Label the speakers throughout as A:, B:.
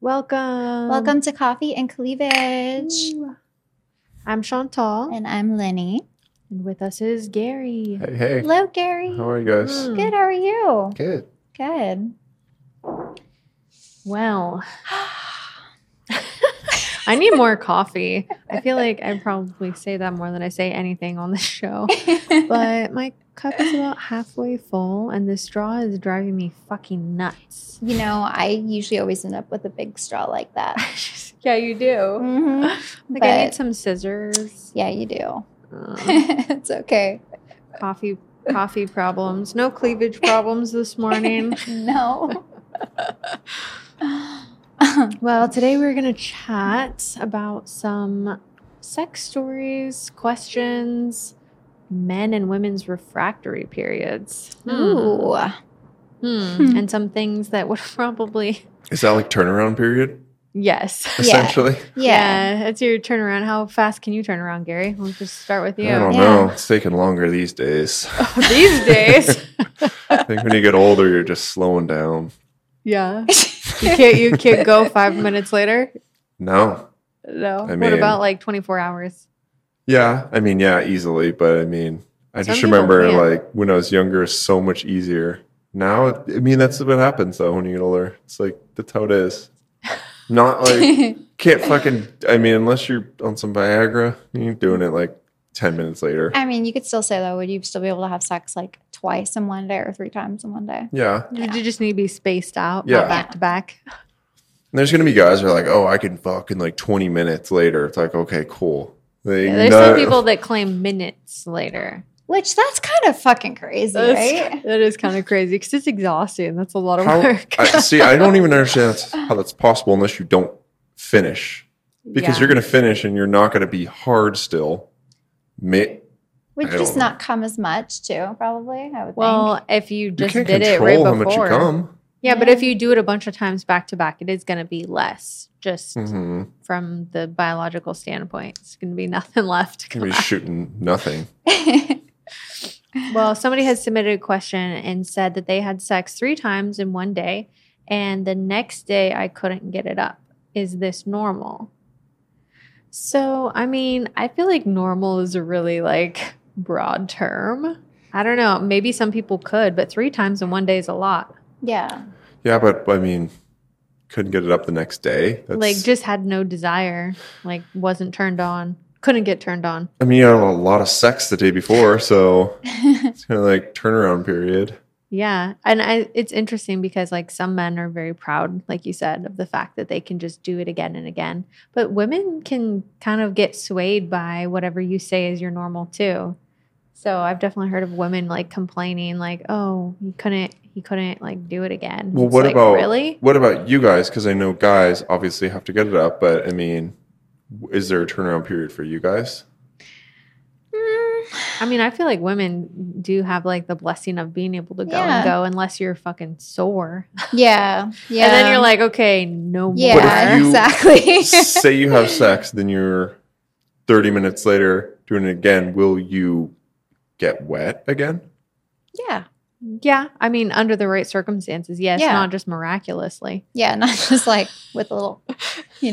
A: Welcome.
B: Welcome to Coffee and Cleavage.
A: Ooh. I'm Chantal, and,
B: And I'm Lenny.
A: with us is Gary.
C: Hey, hey.
B: Hello, Gary.
C: How are you guys?
A: Mm.
B: Good, how are you?
C: Good.
B: Good.
A: Well, I need more coffee. I feel like I probably say that more than I say anything on the show. But my cup is about halfway full, and this straw is driving me fucking nuts.
B: you know, I usually always end up with a big straw like that.
A: yeah, you do.
B: Mhm.
A: Like I need
B: But-
A: some scissors.
B: Yeah, you do.
A: Uh,
B: it's okay.
A: coffee, coffee problems. No cleavage problems this morning.
B: No.
A: Well, today we're going to chat about some sex stories, questions, men and women's refractory periods. Hmm.
B: Ooh.
A: Hmm.
B: Hmm.
A: And some things that would probably,
C: Is that like turnaround period,
A: yes.
B: Yeah.
C: essentially?
B: Yeah.
A: It's your turnaround. How fast can you turn around, Gary? We'll just start with you.
C: I don't
B: Yeah.
C: know. It's taking longer these days.
A: These days.
C: I think when you get older, you're just slowing down.
A: yeah. You can't, you can't go five minutes later.
C: No.
A: No.
C: I
A: what
C: mean-
A: about like 24 hours?
C: Yeah. I mean, yeah, easily. But I mean, I
A: Some
C: just
A: people
C: remember
A: can't.
C: like when I was younger, it's so much easier. Now, I mean, that's what happens though when you get older. It's like, that's how it is. Not like, can't fucking, I mean, unless you're on some Viagra, you're doing it like 10 minutes later.
B: I mean, you could still say though, would you still be able to have sex like twice in one day or three times in one day?
C: Yeah.
A: You- You just need to be spaced out,
C: Yeah.
A: not back to back.
C: And there's gonna be guys who are like, oh, I can fuck in like 20 minutes later. It's like, okay, cool. They
A: Yeah, there's
C: know-
A: some people that claim minutes later.
B: Which that's kind of fucking crazy, right?
A: That's, that is kind of crazy because it's exhausting. That's a lot of
C: How-
A: work.
C: I, see, I don't even understand that's- how that's possible unless you don't finish because you're gonna finish and you're not gonna be hard still. May-
B: Would
C: I
B: just
C: don't know.
B: not come as much too, probably. I would
A: well, if you
C: you
A: just
C: can't
A: did it right
C: control how much you
A: before,
C: come.
A: yeah, But
B: Yeah.
A: if you do it a bunch of times back to back, it is gonna be less. Just
C: Mm-hmm.
A: from the biological standpoint, it's gonna be nothing left. To come
C: You're gonna be
A: out.
C: shooting nothing.
B: think.
A: Well, somebody has submitted a question and said that they had sex three times in one day, and the next day I couldn't get it up. Is this normal? So, I mean, I feel like normal is a really like broad term. I don't know. Maybe some people could, but three times in one day is a lot.
B: yeah.
C: Yeah, but I mean, couldn't get it up the next day. That's,
A: like, just had no desire, like, wasn't turned on, couldn't get turned on.
C: I mean, you had a lot of sex the day before, so it's kind of like turnaround period.
A: Yeah. And I, it's interesting because, like, some men are very proud, like you said, of the fact that they can just do it again and again. But women can kind of get swayed by whatever you say is your normal, too. So I've definitely heard of women like complaining, like, oh, he couldn't, he couldn't like do it again.
C: Well,
A: It's
C: what
A: like,
C: about
A: really?
C: What about you guys? Because I know guys obviously have to get it up, but I mean, w- is there a turnaround period for you guys?
A: I mean, I feel like women do have like the blessing of being able to go
B: Yeah.
A: and go unless you're fucking sore.
B: Yeah. Yeah.
A: And then you're like, okay, no more.
C: But
B: yeah,
C: if you-
B: exactly.
C: Say you have sex, then you're 30 minutes later doing it again. Will you get wet again?
B: yeah.
A: Yeah, I mean, under the right circumstances, yes,
B: Yeah.
A: not just miraculously.
B: Yeah. Not just like with a little, you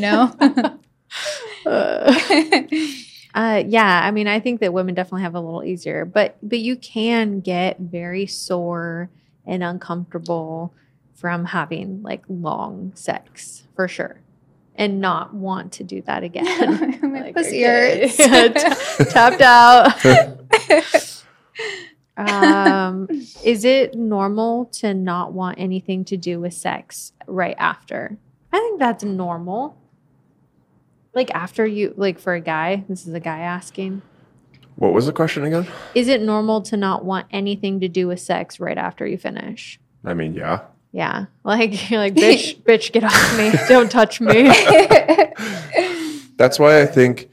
B: know?
A: Uh, yeah, I mean, I think that women definitely have a little easier, but but you can get very sore and uncomfortable from having like long sex for sure, and not want to do that again.
B: My
A: Like,
B: pussy
A: okay.
B: hurts.
A: Tapped out. um, is it normal to not want anything to do with sex right after? I think that's normal. Like after you, like for a guy, this is a guy asking,
C: What was the question again?
A: is it normal to not want anything to do with sex right after you finish?
C: I mean, yeah.
A: Yeah, like you're like bitch, bitch, get off me! Don't touch me.
C: That's why I think,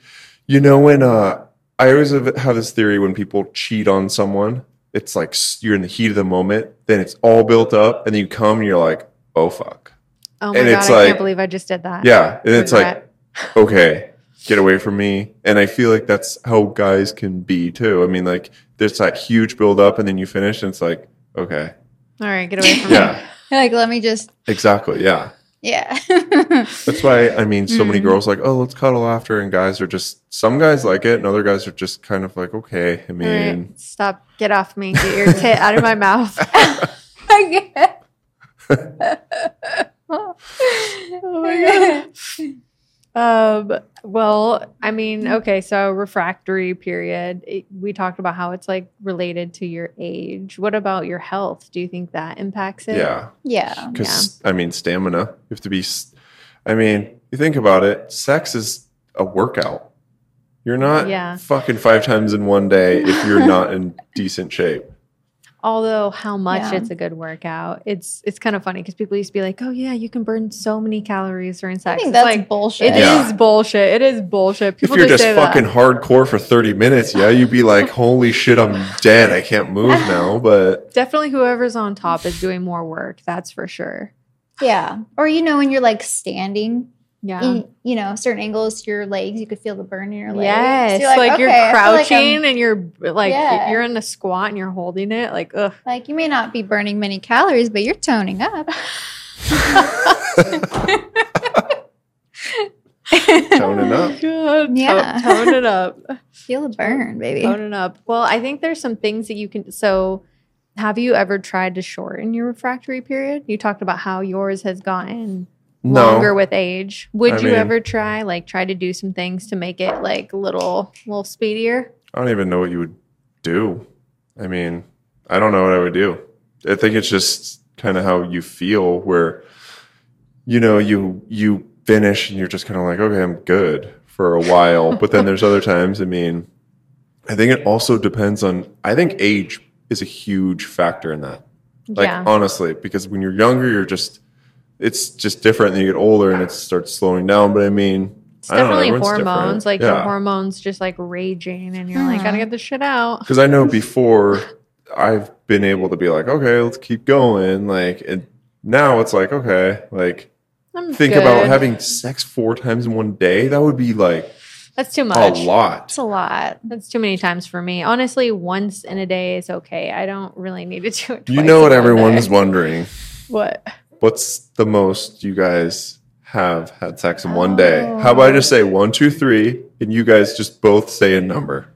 C: you know, when uh, I always have have this theory when people cheat on someone, it's like s- you're in the heat of the moment, then it's all built up, and then you come and you're like, oh fuck.
A: Oh my
C: And
A: god,
C: it's
A: I
C: like-
A: can't believe I just did that.
C: Yeah. And it's like,
A: Regret.
C: okay, get away from me. And I feel like that's how guys can be too. I mean, like, there's that huge build up, and then you finish, and it's like, okay.
A: all right, get away from me.
C: Yeah.
B: like, let me just
C: Exactly. Yeah.
B: Yeah.
C: That's why I mean, so many
A: Mm-hmm.
B: Mm.
C: girls like, oh, let's cuddle after, and guys are just some guys like it, and other guys are just kind of like, okay. I
A: All right,
C: mean,
A: stop. Get off me. Get your tit out of my mouth. Oh my god. Um, well, I mean, okay, so refractory period. It- we talked about how it's like related to your age. What about your health? Do you think that impacts it?
C: yeah,
B: yeah.
C: because I mean, stamina. You have to be. s- I mean, you think about it. Sex is a workout. You're not
A: Yeah.
C: fucking five times in one day if you're not in decent shape.
A: Although how much
B: Yeah.
A: it's a good workout. It's it's kind of funny because people used to be like, Oh yeah, you can burn so many calories during
B: I
A: sex.
B: think
A: It's
B: that's
A: like
B: bullshit.
A: it is
C: Yeah.
A: bullshit. It is bullshit. People
C: if you're just
A: say
C: fucking
A: that.
C: hardcore for 30 minutes, yeah, you'd be like, holy shit, I'm dead. I can't move now. But
A: Definitely whoever's on top is doing more work, that's for sure.
B: Yeah. Or you know, when you're like standing,
A: Yeah.
B: in, you know, certain angles to your legs, you could feel the burn in your legs.
A: Yes,
B: You're
A: like, you're
B: "Okay, I feel like
A: crouching
B: I'm-
A: and you're like
B: Yeah.
A: you're in a squat and you're holding it. Like, ugh,
B: Like you may not be burning many calories, but you're toning up.
C: toning up.
A: God,
B: Yeah.
A: yeah, tone it up,
B: Feel the burn, baby.
A: tone it up. Well, I think there's some things that you can. So, have you ever tried to shorten your refractory period? You talked about how yours has gotten longer
C: No.
A: with age. Would
C: I
A: you
C: mean-
A: ever try like try to do some things to make it like a little little speedier?
C: I don't even know what you would do. I mean, I don't know what I would do. I think it's just kind of how you feel where you know, you you finish and you're just kind of like, okay, I'm good for a while. but then there's other times, I mean, I think it also depends on I think age is a huge factor in that. Like
A: yeah,
C: honestly, because when you're younger, you're just it's just different. And you get older, and it starts slowing down. But I mean,
A: it's
C: I don't know,
A: definitely
C: everyone's
A: hormones.
C: different.
A: Like your
C: Yeah. Hmm.
A: hormones just like raging, and you're like, gotta
B: Mhm.
A: get this shit out.
C: because I know before I've been able to be like, okay, let's keep going. Like, and now it's like, okay, like
A: I'm
C: think about
A: good.
C: having sex four times in one day. That would be like
A: That's
C: Oh,
A: too much.
C: a lot.
B: It's a lot.
A: That's too many times for me. Honestly, once in a day is okay. I don't really need to do it.
C: You
A: twice
C: know
A: in
C: what
A: one
C: everyone's
A: day.
C: wondering?
A: what?
C: What's the most you guys have had sex in one day?
A: Oh.
C: How about I just say one, two, three, and you guys just both say a number?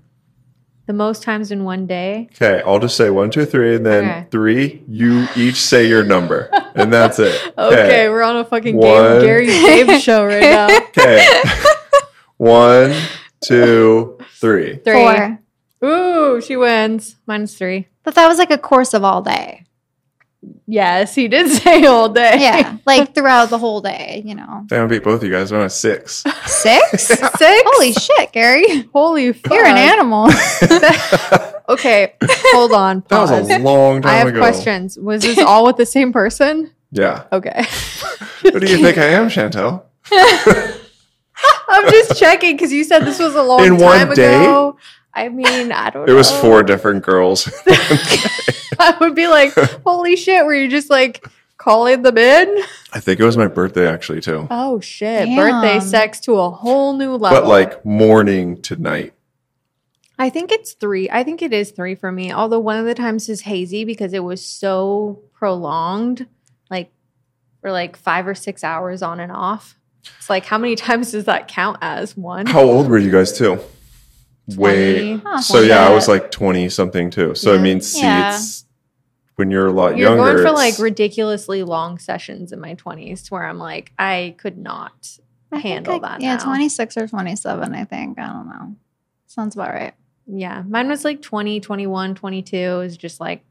A: The most times in one day.
C: Okay, I'll just say one, two, three, and then
A: Okay.
C: three. You each say your number, and that's it.
A: Okay, we're on a fucking
C: One.
A: game, Gary Dave show right now.
C: Okay. one, two, three.
A: Three.
B: Four.
A: Ooh, she wins. Minus three.
B: But that was like a course of all day.
A: Yes, he did say all day.
B: Yeah. like throughout the whole day, you know.
C: Damn, I beat both of you guys. I'm at six.
B: Six?
A: Six.
B: Holy shit, Gary.
A: holy fuck.
B: You're an animal.
A: okay, hold on.
C: That was
A: Pause.
C: a long time
A: I have
C: ago.
A: questions. Was this all with the same person?
C: Yeah.
A: Okay.
C: Who do you think I am, Chantel?
A: I'm just checking because you said this was a long
C: In
A: time
C: one day?
A: ago. I mean, I don't
C: It
A: know.
C: was four different girls.
A: I would be like, holy shit, were you just like calling them in?
C: I think it was my birthday actually too.
A: Oh shit.
B: Damn.
A: Birthday sex to a whole new level.
C: But like morning to night.
A: I think it's three. I think it is three for me. Although one of the times is hazy because it was so prolonged, like for like five or six hours on and off. It's like how many times does that count as one?
C: How old were you guys too? Way.
A: 20.
B: Huh,
C: So yeah, I
B: shit.
C: was like twenty something too. So I
A: Yeah.
C: mean, see,
B: Yeah.
C: it's when you're a lot
A: You're
C: younger.
A: going for like
C: it's-
A: ridiculously long sessions in my 20s where I'm like, I could not.
B: I think
A: Handle that
B: Yeah,
A: now.
B: 26 or 27, I think. I don't know. Sounds about right.
A: Yeah. Mine was like 20, 21, 22. It was just like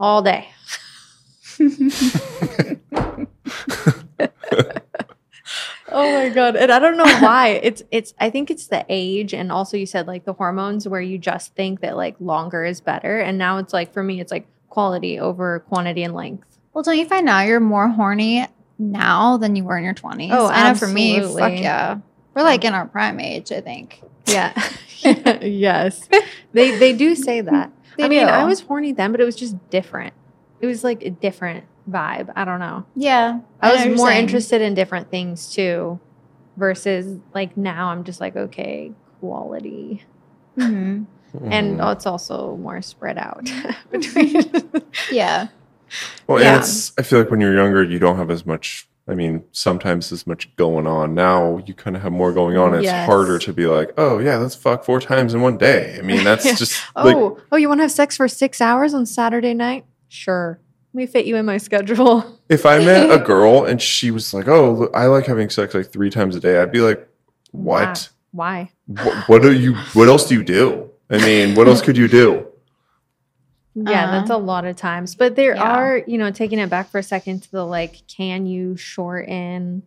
A: all day. Oh my god. And I don't know why. It's it's I think it's the age and also you said like the hormones where you just think that like longer is better and now it's like for me it's like quality over quantity and length.
B: well, don't you find now you're more horny now than you were in your 20s?
A: Oh,
B: I know for me,
A: absolutely.
B: fuck yeah. We're like in our prime age, I think.
A: Yeah. yes. They they do say that. I
B: They
A: mean,
B: do.
A: I was horny then, but it was just different. It was like a different vibe. I don't know.
B: Yeah.
A: I
B: know
A: was
B: what you're
A: more
B: saying.
A: interested in different things too, versus like now I'm just like, okay, quality. And
B: Mhm.
C: Mhm.
B: Mm.
A: it's also more spread out between
B: Yeah.
C: Well,
A: Yeah.
C: and it's, I feel like when you're younger, you don't have as much. I mean, sometimes as much going on. Now you kind of have more going on. and It's
A: Yes.
C: harder to be like, oh yeah, let's fuck four times in one day. I mean, that's
A: Yeah.
C: just like
A: Oh, oh, you want to have sex for six hours on Saturday night? Sure. Let me fit you in my schedule.
C: if I met a girl and she was like, oh, look, I like having sex like three times a day. I'd be like, what?
A: Why?
C: What, what do you? What else do you do? I mean, what else could you do?
A: Yeah,
B: Uh-huh.
A: that's a lot of times. But there
B: Yeah.
A: are, you know, taking it back for a second to the like, can you shorten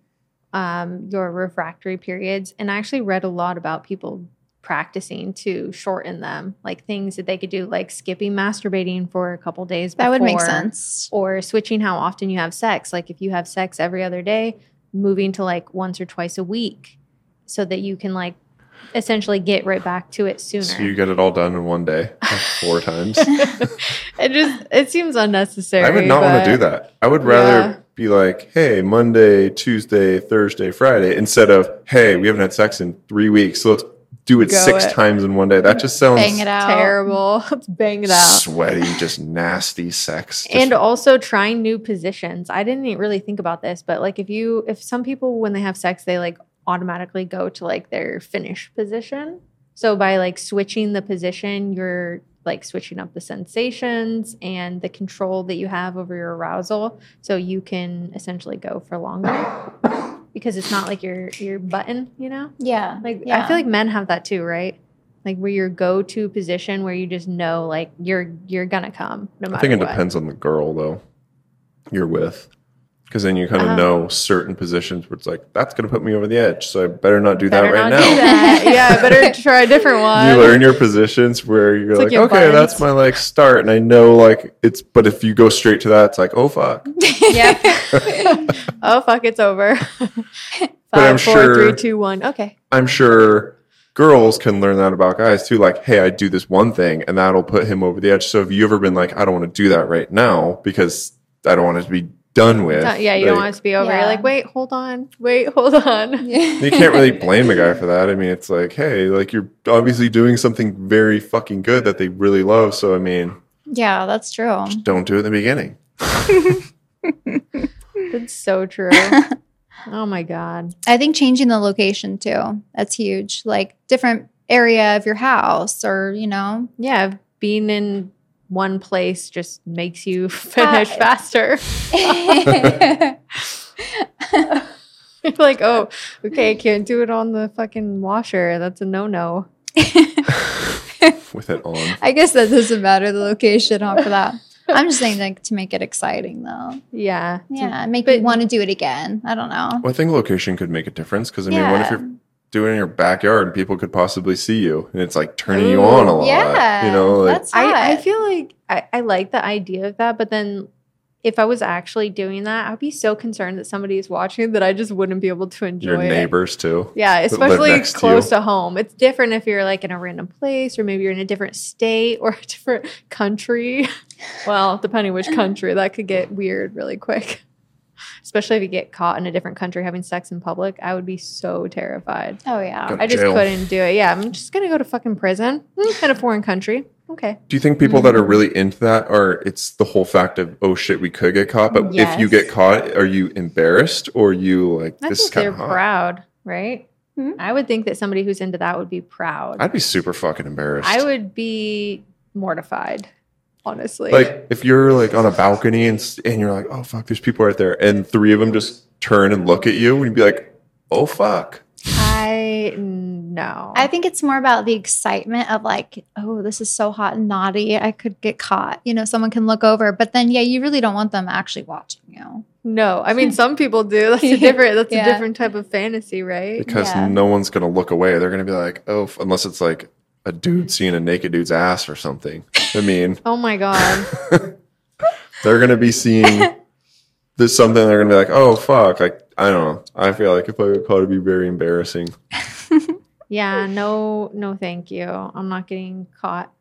A: um, your refractory periods? And I actually read a lot about people practicing to shorten them, like things that they could do, like skipping masturbating for a couple days.
B: That would make
A: before.
B: sense.
A: or switching how often you have sex. Like if you have sex every other day, moving to like once or twice a week so that you can like essentially get right back to it sooner.
C: So you get it all done in one day, like, four times.
A: it just it seems unnecessary.
C: I would not want to do that. I would rather
A: Yeah.
C: be like, hey, Monday, Tuesday, Thursday, Friday, instead of, hey, we haven't had sex in three weeks, so let's do it
A: Go
C: six
A: it.
C: times in one day. That just sounds
B: Bang it out.
A: Terrible. Let's bang it out.
C: sweaty, just nasty sex. Just-
A: and oh also trying new positions. I didn't really think about this, but like if you if some people when they have sex they like automatically go to like their finish position. So by like switching the position, you're like switching up the sensations and the control that you have over your arousal so you can essentially go for longer because it's not like your your button, you know?
B: Yeah.
A: Like I
B: Yeah.
A: feel like men have that too, right? Like where your go-to position where you just know like you're you're gonna come no matter
C: I think it
A: what.
C: depends on the girl, though, you're with. Because then you kind of
A: Uh-huh.
C: know certain positions where it's like, that's going to put me over the edge. So I better not do that
A: Better not
C: right now.
A: do that. yeah, better try a different one.
C: you learn your positions where you're
A: It's
C: like,
A: like your
C: okay,
A: buttons.
C: that's my like start, and I know like it's. But if you go straight to that, it's like, oh fuck.
A: Yep. oh fuck, it's over. Five,
C: But I'm
A: four,
C: sure-
A: three, two, one. Okay.
C: I'm sure girls can learn that about guys too. Like, hey, I do this one thing, and that'll put him over the edge. So have you ever been like, I don't want to do that right now because I don't want it to be done with.
A: Don't- Uh, yeah, you don't want it to be over.
B: Yeah.
A: You're like, wait, hold on, wait, hold on.
C: You can't really blame a guy for that. I mean, it's like, hey, like you're obviously doing something very fucking good that they really love. So I mean,
B: Yeah, that's true.
C: just don't do it in the beginning.
A: That's so true. oh my god.
B: I think changing the location too. That's huge. Like different area of your house or, you know,
A: Yeah, being in one place just makes you finish
B: Uh,
A: faster.
B: yeah.
A: You're like, oh, okay, can't do it on the fucking washer. That's a no no.
C: With it on.
B: I guess that doesn't matter the location huh, for that. I'm just saying like to make it exciting though.
A: Yeah.
B: Yeah, make
A: But-
B: me want to do it again. I don't know.
C: Well, I think location could make a difference because I mean, what if you're doing it in your backyard, people could possibly see you, and it's like turning you
A: Ooh,
C: on a lot.
B: yeah,
C: you know, like
B: that's
A: I, I
B: hot.
A: feel like I, I like the idea of that, but then if I was actually doing that, I'd be so concerned that somebody is watching that I just wouldn't be able to enjoy
C: your
A: it.
C: neighbors too.
A: Yeah,
C: live
A: especially
C: next to
A: close
C: you.
A: to home. It's different if you're like in a random place or maybe you're in a different state or a different country. well, depending which country, that could get weird really quick. Especially if you get caught in a different country having sex in public, I would be so terrified.
B: Oh yeah.
C: Go
A: I just
C: jail.
A: couldn't do it. Yeah, I'm just gonna go to fucking prison Mm, in a foreign country. Okay.
C: Do you think people that
A: Mm-hmm.
C: are really into that are? It's the whole fact of oh shit, we could get caught. But if you
A: Yes.
C: get caught, are you embarrassed or are you like
A: I
C: this is
A: think
C: kind
A: they're
C: of hot?
A: proud, right?
B: Hmm?
A: I would think that somebody who's into that would be proud.
C: I'd be super fucking embarrassed.
A: I would be mortified, honestly.
C: like if you're like on a balcony and s- and you're like oh fuck, there's people right there, and three of them just turn and look at you, and you'd be like oh fuck.
A: I no.
B: I think it's more about the excitement of like, oh, this is so hot and naughty. I could get caught. You know, someone can look over, but then yeah, you really don't want them actually watching you.
A: no. I mean, some people do. That's a
B: Yeah.
A: different. That's
B: Yeah.
A: a different type of fantasy, right?
C: because
B: Yeah.
C: no one's gonna look away. They're gonna be like, oh, f- unless it's like a dude seeing a naked dude's ass or something. I mean,
A: Oh my god.
C: they're gonna be seeing there's something. They're gonna be like, oh fuck. Like I don't know. I feel like if I got caught, it'd be very embarrassing.
A: yeah. No. No. Thank you. I'm not getting caught.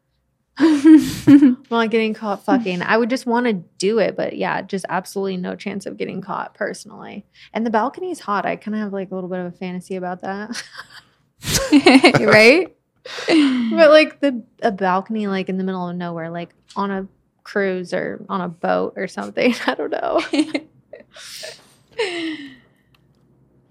A: I'm not getting caught fucking. I would just want to do it, but yeah, just absolutely no chance of getting caught personally. And the balcony is hot. I kind of have like a little bit of a fantasy about that.
B: right?
A: but like the a balcony like in the middle of nowhere, like on a cruise or on a boat or something. I don't know.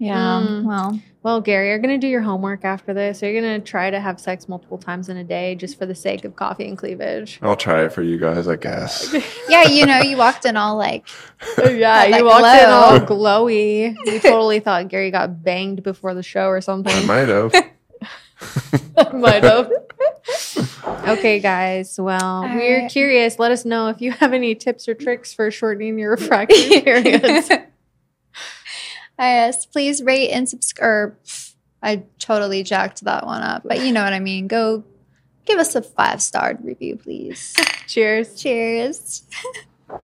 B: Yeah.
A: Mm.
B: Well,
A: well, Gary, you're going to do your homework after this. You're going to try to have sex multiple times in a day just for the sake of coffee and cleavage.
C: I'll try it for you guys, I guess.
B: yeah, you know, you walked in all like,
A: yeah,
B: Got that
A: you walked in
B: glow.
A: all glowy. We totally thought Gary got banged before the show or
C: I
A: something.
C: might have.
A: Might have. okay, guys. Well, we're
B: right.
A: curious. Let us know if you have any tips or tricks for shortening your refractory periods.
B: yes, please rate and subscribe. I totally jacked that one up, but you know what I mean. Go give us a five star review, please.
A: Cheers.
B: Cheers.